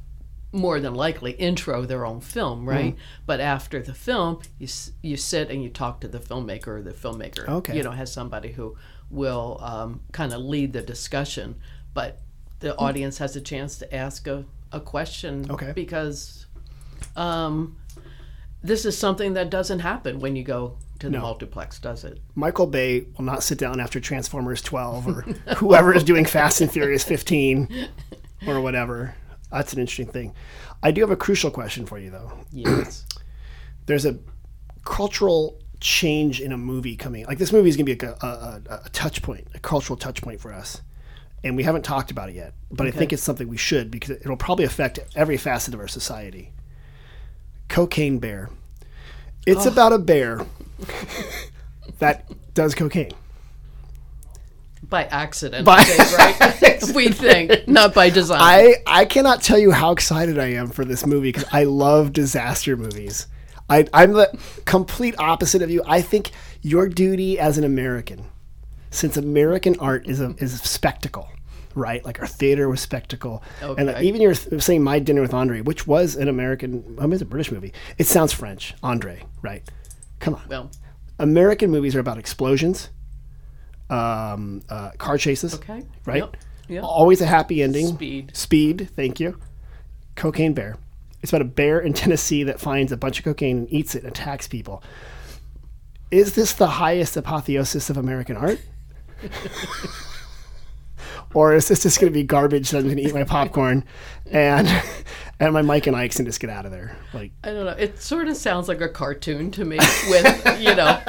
S2: more than likely intro their own film, right?
S1: Mm-hmm.
S2: But after the film, you s- you sit and you talk to the filmmaker. or The filmmaker,
S1: Okay.
S2: you know, has somebody who will um, kind of lead the discussion, but the audience has a chance to ask a, a question
S1: Hmm. Okay.
S2: because um, this is something that doesn't happen when you go to the
S1: No.
S2: multiplex, does it?
S1: Michael Bay will not sit down after Transformers 12 or whoever is doing Fast and Furious 15 or whatever. That's an interesting thing. I do have a crucial question for you, though.
S2: Yes.
S1: There's a cultural change in a movie coming. Like, this movie is going to be like a, a, a, a touch point, a cultural touch point for us. And we haven't talked about it yet, but I think it's something we should because it'll probably affect every facet of our society. Cocaine Bear. It's about a bear that does cocaine.
S2: by accident,
S1: By
S2: I think, right? we think, not by design.
S1: I I cannot tell you how excited I am for this movie because I love disaster movies. I, I'm the complete opposite of you. I think your duty as an American, since American art is a is a spectacle, right? Like our theater was spectacle, and
S2: Okay.
S1: even you're saying My Dinner with Andre, which was an American, I mean, it's a British movie. It sounds French, Andre, right? Come on,
S2: well,
S1: American movies are about explosions, um, uh, car chases,
S2: Okay.
S1: right?
S2: Yep. Yep.
S1: Always a happy ending.
S2: Speed.
S1: Speed. Thank you. Cocaine bear. It's about a bear in Tennessee that finds a bunch of cocaine and eats it and attacks people. Is this the highest apotheosis of American art? or is this just going to be garbage that I'm going to eat my popcorn and and my Mike and Ike's and just get out of there? Like,
S2: I don't know. It sort of sounds like a cartoon to me with, you know,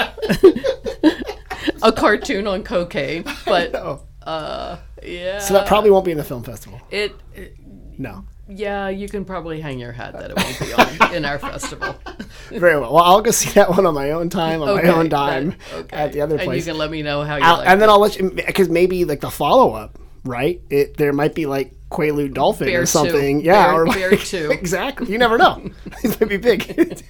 S2: a cartoon on cocaine. But uh,
S1: oh,
S2: yeah,
S1: so that probably won't be in the film festival.
S2: it, it-
S1: No.
S2: yeah, you can probably hang your hat that it won't be on in our festival.
S1: Very well. Well, I'll go see that one on my own time, on
S2: Okay,
S1: my own dime,
S2: that- okay.
S1: at the other
S2: And you
S1: place.
S2: can let me know how you
S1: I'll-
S2: like
S1: and then I'll let you because maybe like the follow up, right? It there might be like Quaalude dolphin
S2: Bear
S1: or
S2: two.
S1: something, yeah,
S2: Bear-
S1: or like,
S2: bear two.
S1: exactly. You never know; it might be big.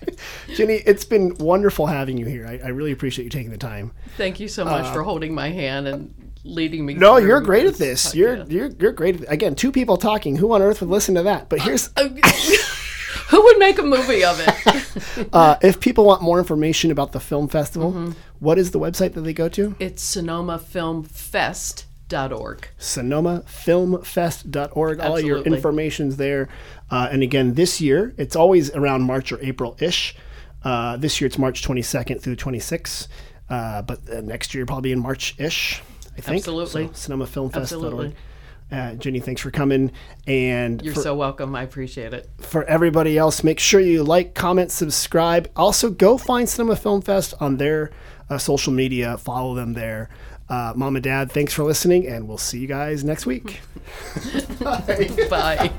S1: Jenny, it's been wonderful having you here. I, I really appreciate you taking the time.
S2: Thank you so much for holding my hand and leading me.
S1: uh, No,
S2: through
S1: you're great at this. You're
S2: podcast.
S1: you're you're great. At, again, two people talking. Who on earth would listen to that? But here's
S2: Who would make a movie of it?
S1: uh, if people want more information about the film festival,
S2: Mm-hmm.
S1: what is the website that they go to?
S2: it's sonomafilmfest.org.
S1: SonomaFilmFest.org. All your
S2: Absolutely.
S1: information's there. Uh, and again, this year, it's always around March or April ish. Uh, this year, it's March 22nd through 26th. Uh, but uh, next year, probably in March ish, I think.
S2: Absolutely.
S1: So, SonomaFilmFest.org.
S2: Absolutely.
S1: Uh, Jenny, thanks for coming. And
S2: You're
S1: for,
S2: so welcome. I appreciate it.
S1: for everybody else, make sure you like, comment, subscribe. Also, go find Cinema Film Fest on their uh, social media. Follow them there. Uh, Mom and Dad, thanks for listening, and we'll see you guys next week.
S2: Bye.